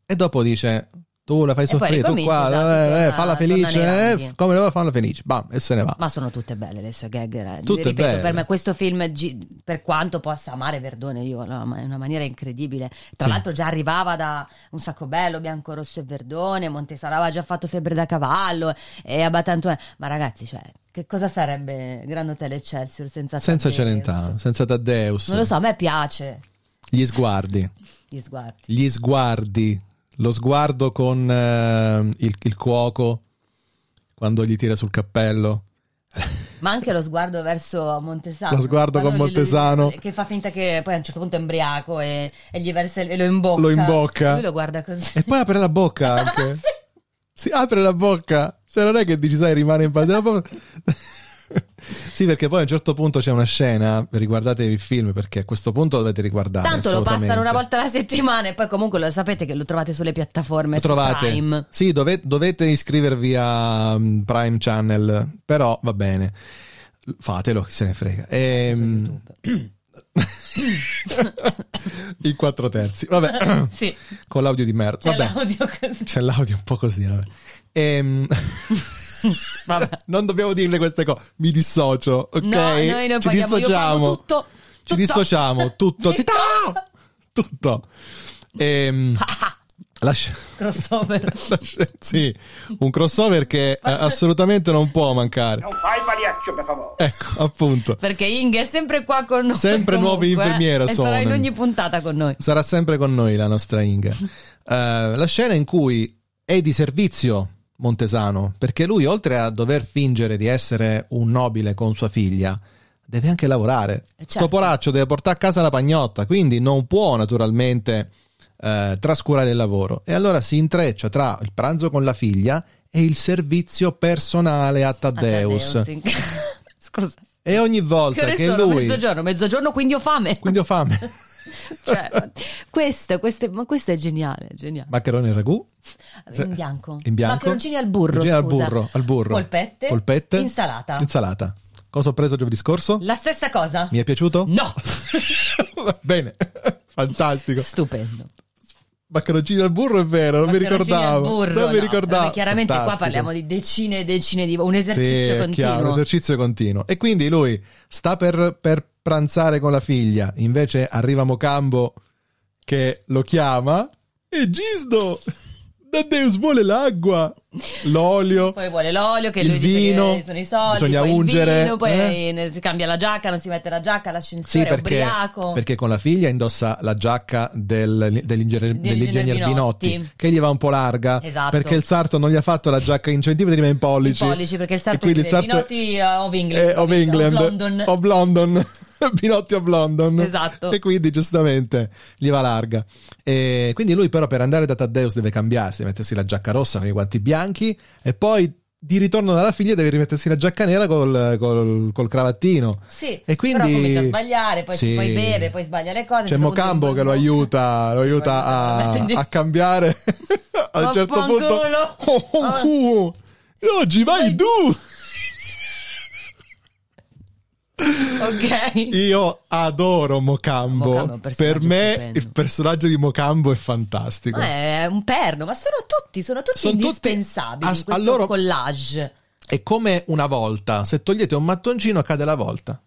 Speaker 1: e dopo dice, tu la fai
Speaker 2: E poi
Speaker 1: soffrire, tu
Speaker 2: ricominci,
Speaker 1: qua,
Speaker 2: esatto,
Speaker 1: eh,
Speaker 2: torna-
Speaker 1: eh, falla
Speaker 2: torna nei
Speaker 1: felice, eh,
Speaker 2: ranghi.
Speaker 1: f- come le vuoi farla felice, bam, e se ne va.
Speaker 2: Ma sono tutte belle le sue gag. eh.
Speaker 1: Tutte
Speaker 2: Ripeto,
Speaker 1: belle.
Speaker 2: per me questo film, gi- per quanto possa amare Verdone, io no, ma in una maniera incredibile. Tra
Speaker 1: Sì.
Speaker 2: l'altro già arrivava da Un sacco bello, Bianco Rosso e Verdone, Montesano aveva già fatto Febbre da cavallo e Abatantone. Ma ragazzi, cioè, che cosa sarebbe Grand Hotel Excelsior senza
Speaker 1: senza
Speaker 2: Taddeus?
Speaker 1: Celentano, senza Taddeus,
Speaker 2: Non lo so, a me piace
Speaker 1: gli sguardi,
Speaker 2: gli sguardi.
Speaker 1: gli sguardi, lo sguardo con eh, il, il cuoco quando gli tira sul cappello.
Speaker 2: Ma anche lo sguardo verso Montesano.
Speaker 1: Lo sguardo
Speaker 2: Quando
Speaker 1: con
Speaker 2: gli-
Speaker 1: Montesano.
Speaker 2: Che fa finta che poi a un certo punto è embriaco e, e gli versa il- e lo imbocca.
Speaker 1: Lo imbocca.
Speaker 2: Lui lo guarda così.
Speaker 1: E poi apre la bocca anche.
Speaker 2: Ah, Sì.
Speaker 1: si apre la bocca. Cioè, non è che dici, sai, rimane in parte. sì, perché poi a un certo punto c'è una scena. Riguardatevi il film perché a questo punto dovete riguardare.
Speaker 2: Tanto lo passano una
Speaker 1: assolutamente.
Speaker 2: volta alla settimana e poi comunque lo sapete che lo trovate sulle piattaforme
Speaker 1: Lo
Speaker 2: su
Speaker 1: trovate.
Speaker 2: Prime.
Speaker 1: Sì, dove- dovete iscrivervi a mm, Prime Channel. Però va bene. Fatelo, chi se ne frega. Ehm, in quattro terzi. Vabbè,
Speaker 2: Sì,
Speaker 1: con l'audio di merda.
Speaker 2: c'è
Speaker 1: Vabbè.
Speaker 2: l'audio così.
Speaker 1: C'è l'audio un po' così. vabbè. Ehm,
Speaker 2: Vabbè.
Speaker 1: non dobbiamo dirle queste cose. Mi dissocio, ok?
Speaker 2: No, noi non
Speaker 1: Ci
Speaker 2: paghiamo, io
Speaker 1: dissociamo.
Speaker 2: pago tutto.
Speaker 1: Ci
Speaker 2: tutto.
Speaker 1: dissociamo, tutto.
Speaker 2: Sì.
Speaker 1: Zitta! Tutto. Ehm, la sc-
Speaker 2: Crossover.
Speaker 1: la sc- sì, un crossover che eh, assolutamente non può mancare.
Speaker 8: Non fai pagliaccio, per favore.
Speaker 1: Ecco, appunto.
Speaker 2: Perché Inge è sempre qua con noi.
Speaker 1: Sempre nuovi
Speaker 2: comunque, eh,
Speaker 1: infermiera
Speaker 2: E sarà in
Speaker 1: sono.
Speaker 2: ogni puntata con noi.
Speaker 1: Sarà sempre con noi la nostra Inga. Eh, la scena in cui è di servizio Montesano, perché lui oltre a dover fingere di essere un nobile con sua figlia, deve anche lavorare.
Speaker 2: Eh, certo.
Speaker 1: Sto poraccio deve portare a casa la pagnotta, quindi non può naturalmente eh, trascurare il lavoro. E allora si intreccia tra il pranzo con la figlia e il servizio personale a Taddeus.
Speaker 2: Atteus, in- Scusa.
Speaker 1: E ogni volta
Speaker 2: ore
Speaker 1: che,
Speaker 2: sono?
Speaker 1: lui...
Speaker 2: Mezzogiorno, mezzogiorno, quindi ho fame.
Speaker 1: Quindi ho fame.
Speaker 2: Cioè, ma- questo, questo, è- ma questo è geniale, geniale.
Speaker 1: Maccheroni e ragù. Cioè,
Speaker 2: In bianco.
Speaker 1: In bianco.
Speaker 2: Maccheroncini al burro,
Speaker 1: Maccheroncini al
Speaker 2: scusa.
Speaker 1: burro, al burro.
Speaker 2: Polpette.
Speaker 1: Polpette.
Speaker 2: Insalata.
Speaker 1: Insalata. Cosa ho preso giovedì scorso?
Speaker 2: La stessa cosa?
Speaker 1: Mi è piaciuto?
Speaker 2: No!
Speaker 1: Va Bene. Fantastico.
Speaker 2: Stupendo.
Speaker 1: Maccheroncini al burro è vero, non mi
Speaker 2: Maccheroncini
Speaker 1: ricordavo.
Speaker 2: al burro,
Speaker 1: non mi
Speaker 2: no.
Speaker 1: ricordavo.
Speaker 2: Vabbè, chiaramente qua
Speaker 1: Fantastico.
Speaker 2: parliamo di decine e decine di... Un
Speaker 1: Sì,
Speaker 2: esercizio
Speaker 1: è
Speaker 2: continuo.
Speaker 1: chiaro, un esercizio continuo. E quindi lui sta per, per pranzare con la figlia, invece arriva Mocambo che lo chiama e Gisdo, da Deus vuole l'acqua, l'olio.
Speaker 2: Poi vuole l'olio, che
Speaker 1: Il
Speaker 2: lui
Speaker 1: vino,
Speaker 2: dice che sono i soldi,
Speaker 1: bisogna
Speaker 2: poi il
Speaker 1: ungere,
Speaker 2: vino, poi
Speaker 1: eh?
Speaker 2: ne- si cambia la giacca, non si mette la giacca,
Speaker 1: Sì,
Speaker 2: l'ascensore, è
Speaker 1: perché,
Speaker 2: ubriaco.
Speaker 1: perché con la figlia indossa la giacca del- dell'ingegner, dell'ingegner Binotti,
Speaker 2: Binotti,
Speaker 1: che gli va un po' larga,
Speaker 2: Esatto.
Speaker 1: perché il sarto non gli ha fatto la giacca in centimetri, ma in
Speaker 2: In
Speaker 1: pollici.
Speaker 2: pollici, perché il
Speaker 1: E
Speaker 2: sarto
Speaker 1: quindi
Speaker 2: dice Binotti eh, of
Speaker 1: eh,
Speaker 2: England,
Speaker 1: of
Speaker 2: capito?
Speaker 1: England,
Speaker 2: London.
Speaker 1: of London. Binotti of London.
Speaker 2: Esatto.
Speaker 1: E quindi giustamente gli va larga. E quindi lui però per andare da Taddeus deve cambiarsi, mettersi la giacca rossa con i guanti bianchi e poi di ritorno dalla figlia deve rimettersi la giacca nera col, col, col cravattino.
Speaker 2: Sì,
Speaker 1: E quindi
Speaker 2: però comincia a sbagliare, poi,
Speaker 1: Sì.
Speaker 2: poi beve, poi sbaglia le cose.
Speaker 1: C'è Mocambo che lo aiuta, lo aiuta a, a cambiare. a un
Speaker 2: Ma
Speaker 1: certo punto,
Speaker 2: fanculo. Ah.
Speaker 1: oh, oh, oh, oggi vai tu.
Speaker 2: Ok.
Speaker 1: Io adoro Mocambo.
Speaker 2: Mocambo è un personaggio
Speaker 1: per me
Speaker 2: stupendo.
Speaker 1: il personaggio di Mocambo è fantastico.
Speaker 2: Ma è un perno, ma sono tutti, sono tutti
Speaker 1: Sono tutti-
Speaker 2: indispensabili
Speaker 1: as-
Speaker 2: in questo
Speaker 1: allora-
Speaker 2: collage.
Speaker 1: È come una volta. Se togliete un mattoncino, cade la volta.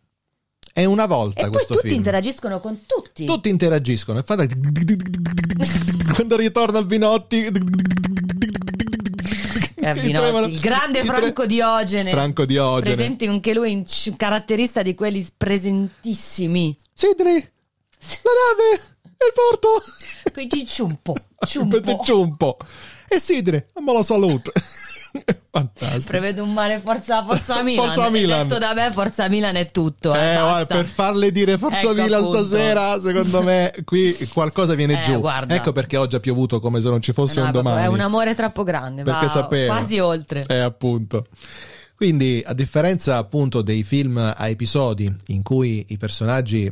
Speaker 1: È una volta
Speaker 2: E poi
Speaker 1: questo
Speaker 2: tutti
Speaker 1: film.
Speaker 2: interagiscono con tutti.
Speaker 1: Tutti interagiscono. E fa da- Quando ritorna Binotti.
Speaker 2: Eh,
Speaker 1: che
Speaker 2: Binotti,
Speaker 1: tremano-
Speaker 2: il grande
Speaker 1: che tre-
Speaker 2: Franco Diogene.
Speaker 1: Franco Diogene.
Speaker 2: Presenti anche lui, in c- caratterista di quelli presentissimi.
Speaker 1: Sidney, la nave, il porto.
Speaker 2: Quindi ciumpo,
Speaker 1: Aspetta,
Speaker 2: ciumpo.
Speaker 1: ciumpo. E Sidney, ma la salute. Fantastico.
Speaker 2: Prevedo un mare forza, forza Milan.
Speaker 1: Forza Milan.
Speaker 2: Detto da me, forza Milan è tutto. eh,
Speaker 1: Eh, guarda,
Speaker 2: basta.
Speaker 1: per farle dire Forza
Speaker 2: Ecco,
Speaker 1: Milan
Speaker 2: appunto.
Speaker 1: stasera, secondo me qui qualcosa viene
Speaker 2: Eh,
Speaker 1: giù.
Speaker 2: guarda. Eh,
Speaker 1: Ecco perché oggi ha piovuto come se non ci fosse
Speaker 2: No,
Speaker 1: un
Speaker 2: è proprio-
Speaker 1: domani.
Speaker 2: È un amore troppo grande,
Speaker 1: perché
Speaker 2: va
Speaker 1: sapevo.
Speaker 2: quasi oltre.
Speaker 1: Eh, appunto. Quindi, a differenza appunto dei film a episodi in cui i personaggi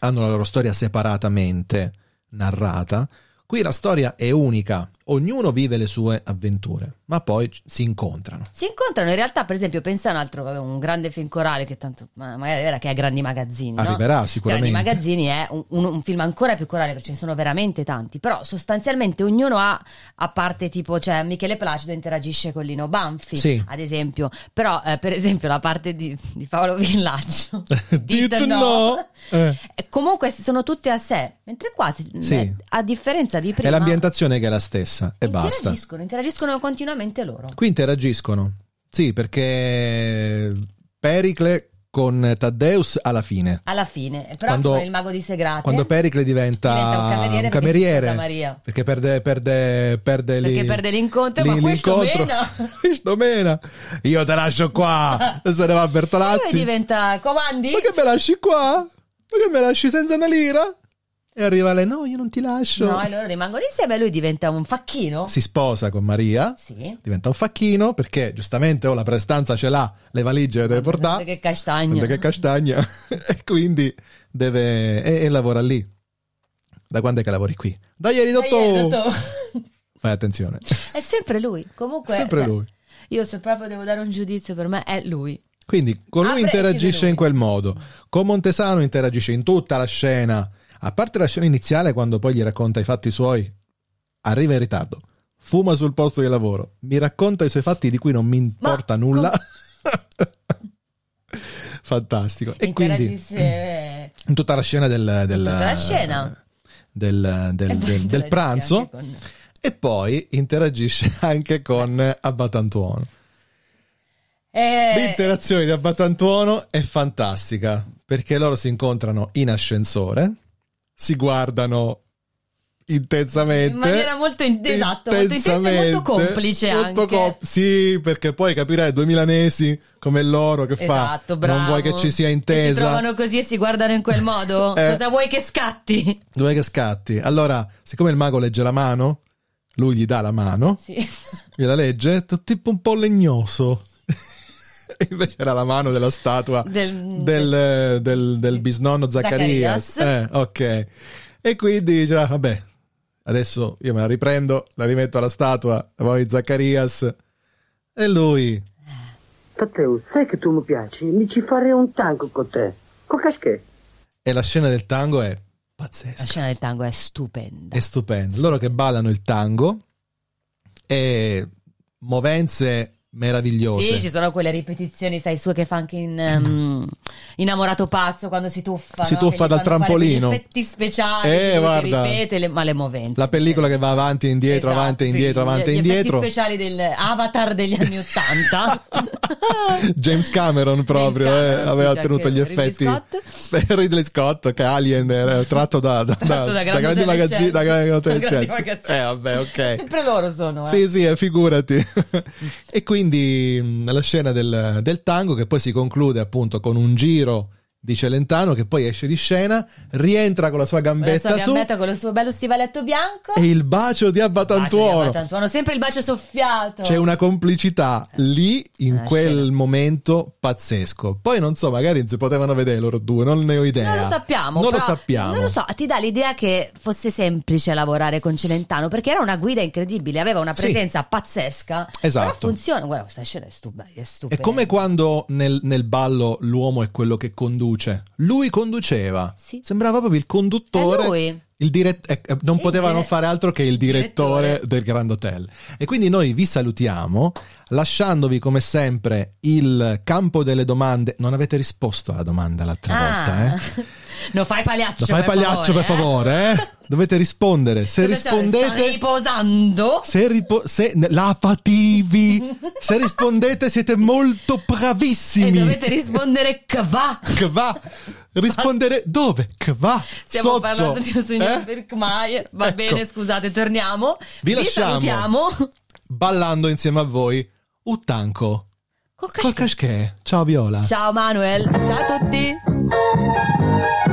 Speaker 1: hanno la loro storia separatamente narrata, qui la storia è unica Ognuno vive le sue avventure, ma poi c- si incontrano.
Speaker 2: Si incontrano in realtà, per esempio, pensa a un altro, vabbè, un grande film corale che tanto ma- magari era che ha grandi magazzini. no?
Speaker 1: Arriverà sicuramente.
Speaker 2: Grandi magazzini è un, un- un film ancora più corale perché ce ne sono veramente tanti, però sostanzialmente ognuno ha a parte tipo, cioè Michele Placido interagisce con Lino Banfi,
Speaker 1: Sì.
Speaker 2: ad esempio, però eh, per esempio la parte di, di Paolo Villaggio,
Speaker 1: Dit
Speaker 2: dite
Speaker 1: no. Eh.
Speaker 2: Eh, Comunque sono tutte a sé, mentre qua, si-
Speaker 1: Sì.
Speaker 2: eh, a differenza di prima,
Speaker 1: È l'ambientazione che è la stessa e basta.
Speaker 2: interagiscono, interagiscono continuamente loro.
Speaker 1: Qui interagiscono. Sì, perché Pericle con Taddeus alla fine.
Speaker 2: Alla fine, Ah, però
Speaker 1: Quando-
Speaker 2: con il mago di Segrate.
Speaker 1: Quando Pericle diventa,
Speaker 2: Diventa un cameriere perché
Speaker 1: cameriere,
Speaker 2: si sposa Maria.
Speaker 1: perché perde, perde, perde,
Speaker 2: Perché
Speaker 1: lì-
Speaker 2: perde l'incontro, ma questo mena.
Speaker 1: Questo mena. Io te lascio qua. E Se ne va
Speaker 2: Poi
Speaker 1: Bertolazzi.
Speaker 2: diventa comandi.
Speaker 1: Ma che me lasci qua? Ma che me lasci senza una lira? E arriva lei, no, io non ti lascio.
Speaker 2: No, e loro rimangono insieme e lui diventa un facchino.
Speaker 1: Si sposa con Maria,
Speaker 2: Sì.
Speaker 1: diventa un facchino perché giustamente oh, la prestanza ce l'ha, le valigie le deve portare.
Speaker 2: Che castagno.
Speaker 1: Sente che castagna. e quindi deve. E, e lavora lì. Da quando è che lavori qui? Da ieri, dottore!
Speaker 2: Dai, eh, dottor.
Speaker 1: Fai attenzione.
Speaker 2: È sempre lui. Comunque.
Speaker 1: Sempre
Speaker 2: cioè,
Speaker 1: lui.
Speaker 2: Io se proprio devo dare un giudizio per me è lui.
Speaker 1: Quindi con lui
Speaker 2: Apre e chiude
Speaker 1: interagisce
Speaker 2: lui.
Speaker 1: in quel modo. Con Montesano interagisce in tutta la scena. A parte la scena iniziale, quando poi gli racconta i fatti suoi, arriva in ritardo. Fuma sul posto di lavoro. Mi racconta i suoi fatti di cui non mi importa
Speaker 2: com-
Speaker 1: nulla. Fantastico. E quindi.
Speaker 2: Interagisce, eh,
Speaker 1: in tutta la scena del, del-
Speaker 2: tutta la scena.
Speaker 1: del, del-
Speaker 2: e
Speaker 1: del-
Speaker 2: poi
Speaker 1: del
Speaker 2: interagisce
Speaker 1: pranzo
Speaker 2: anche con-
Speaker 1: e poi interagisce anche con Abbatantuono.
Speaker 2: Eh,
Speaker 1: L'interazione di Abbatantuono è fantastica perché loro si incontrano in ascensore, si guardano intensamente
Speaker 2: In maniera molto in- esatto, molto intensa e molto
Speaker 1: intensamente,
Speaker 2: complice anche.
Speaker 1: sì perché poi capirai due milanesi come loro che
Speaker 2: Esatto,
Speaker 1: fa
Speaker 2: bravo.
Speaker 1: non vuoi che ci sia
Speaker 2: Che Si
Speaker 1: intesa
Speaker 2: trovano così e si guardano in quel modo.
Speaker 1: Eh.
Speaker 2: Cosa vuoi che scatti?
Speaker 1: Dov'è che scatti? Allora, siccome il mago legge la mano, lui gli dà la mano,
Speaker 2: Sì.
Speaker 1: gliela legge, è t- tipo un po' legnoso. E Invece era la mano della statua
Speaker 2: Del-
Speaker 1: del, del- del bisnonno Zaccarias.
Speaker 2: Zaccarias.
Speaker 1: Eh, ok. E quindi dice, "Ah, vabbè, adesso io me la riprendo, la rimetto alla statua, la voglio di Zaccarias. E lui,
Speaker 5: Tatteo, sai che tu mi piaci? Mi ci farei un tango con te. Con casché?
Speaker 1: e la scena del tango è
Speaker 2: La
Speaker 1: pazzesca.
Speaker 2: scena del tango è stupenda.
Speaker 1: È stupendo. Loro che ballano il tango e movenze meravigliose.
Speaker 2: Sì, ci sono quelle ripetizioni, sai, sue che fa anche in ehm, Innamorato Pazzo quando si tuffa.
Speaker 1: Si
Speaker 2: no?
Speaker 1: tuffa
Speaker 2: Che
Speaker 1: dal
Speaker 2: gli fanno fare
Speaker 1: trampolino.
Speaker 2: quegli effetti speciali,
Speaker 1: Eh,
Speaker 2: che lui
Speaker 1: guarda.
Speaker 2: che ripete, le, ma le movenze.
Speaker 1: La pellicola che va avanti e indietro,
Speaker 2: Esatto,
Speaker 1: avanti e
Speaker 2: sì,
Speaker 1: indietro,
Speaker 2: gli-
Speaker 1: avanti e
Speaker 2: gli
Speaker 1: indietro.
Speaker 2: effetti speciali del Avatar degli anni Ottanta.
Speaker 1: James Cameron proprio
Speaker 2: James
Speaker 1: eh,
Speaker 2: Cameron, sì,
Speaker 1: aveva
Speaker 2: già
Speaker 1: tenuto
Speaker 2: che
Speaker 1: gli
Speaker 2: Ridley
Speaker 1: effetti
Speaker 2: Scott.
Speaker 1: Spe- Ridley Scott che Alien era tratto da, da,
Speaker 2: Tratto da Grandi
Speaker 1: grandi magazzini
Speaker 2: Telecenzi.
Speaker 1: da grandi
Speaker 2: Da Grandi
Speaker 1: telecenzi.
Speaker 2: Magazzini.
Speaker 1: eh vabbè ok
Speaker 2: Sempre loro sono, eh.
Speaker 1: sì sì eh, figurati e quindi mh, la scena del, del tango che poi si conclude appunto con un giro di Celentano che poi esce di scena rientra con la sua
Speaker 2: Con la
Speaker 1: gambetta,
Speaker 2: sua
Speaker 1: su
Speaker 2: gambetta, con il suo bello stivaletto bianco.
Speaker 1: e il bacio di
Speaker 2: Bacio di
Speaker 1: Abbatantuono.
Speaker 2: Abbatantuono, sempre il bacio soffiato.
Speaker 1: C'è una complicità
Speaker 2: Eh.
Speaker 1: lì in
Speaker 2: Una
Speaker 1: quel
Speaker 2: scena.
Speaker 1: momento pazzesco. Poi non so, magari si potevano vedere loro due, non ne ho idea.
Speaker 2: Non lo sappiamo.
Speaker 1: Non lo
Speaker 2: però-
Speaker 1: sappiamo.
Speaker 2: Non lo so, ti dà l'idea che fosse semplice lavorare con Celentano perché era una guida incredibile, aveva una
Speaker 1: Sì.
Speaker 2: presenza pazzesca.
Speaker 1: Esatto.
Speaker 2: Però funziona. Guarda, questa scena è stupenda. È,
Speaker 1: È
Speaker 2: stupenda.
Speaker 1: come quando nel, nel ballo l'uomo è quello che conduce. Lui conduceva.
Speaker 2: Sì.
Speaker 1: Sembrava proprio il conduttore.
Speaker 2: È lui.
Speaker 1: Il dirett- eh, eh, non
Speaker 2: Il
Speaker 1: potevano
Speaker 2: dire-
Speaker 1: fare altro che il
Speaker 2: il direttore.
Speaker 1: direttore, del Grand Hotel. E quindi noi vi salutiamo, lasciandovi come sempre il campo delle domande. Non avete risposto alla domanda l'altra volta, eh?
Speaker 2: Ah. Non fai pagliaccio.
Speaker 1: Lo fai
Speaker 2: per
Speaker 1: pagliaccio per favore, eh? Dovete rispondere. Se
Speaker 2: Cosa c'è? Sta
Speaker 1: rispondete.
Speaker 2: riposando.
Speaker 1: Se, ripo- se la pativi. Se rispondete siete molto
Speaker 2: E
Speaker 1: bravissimi.
Speaker 2: dovete rispondere qua.
Speaker 1: Qua. Rispondere dove? Qua.
Speaker 2: Stiamo
Speaker 1: Sotto.
Speaker 2: parlando di un signor
Speaker 1: Eh?
Speaker 2: Birkmeier. Va
Speaker 1: Ecco.
Speaker 2: bene, scusate, torniamo.
Speaker 1: Vi lasciamo.
Speaker 2: salutiamo.
Speaker 1: Ballando insieme a voi. Uttanco.
Speaker 2: Col
Speaker 1: Col
Speaker 2: caschetto.
Speaker 1: caschè. Ciao Viola.
Speaker 2: Ciao Manuel. Ciao a tutti.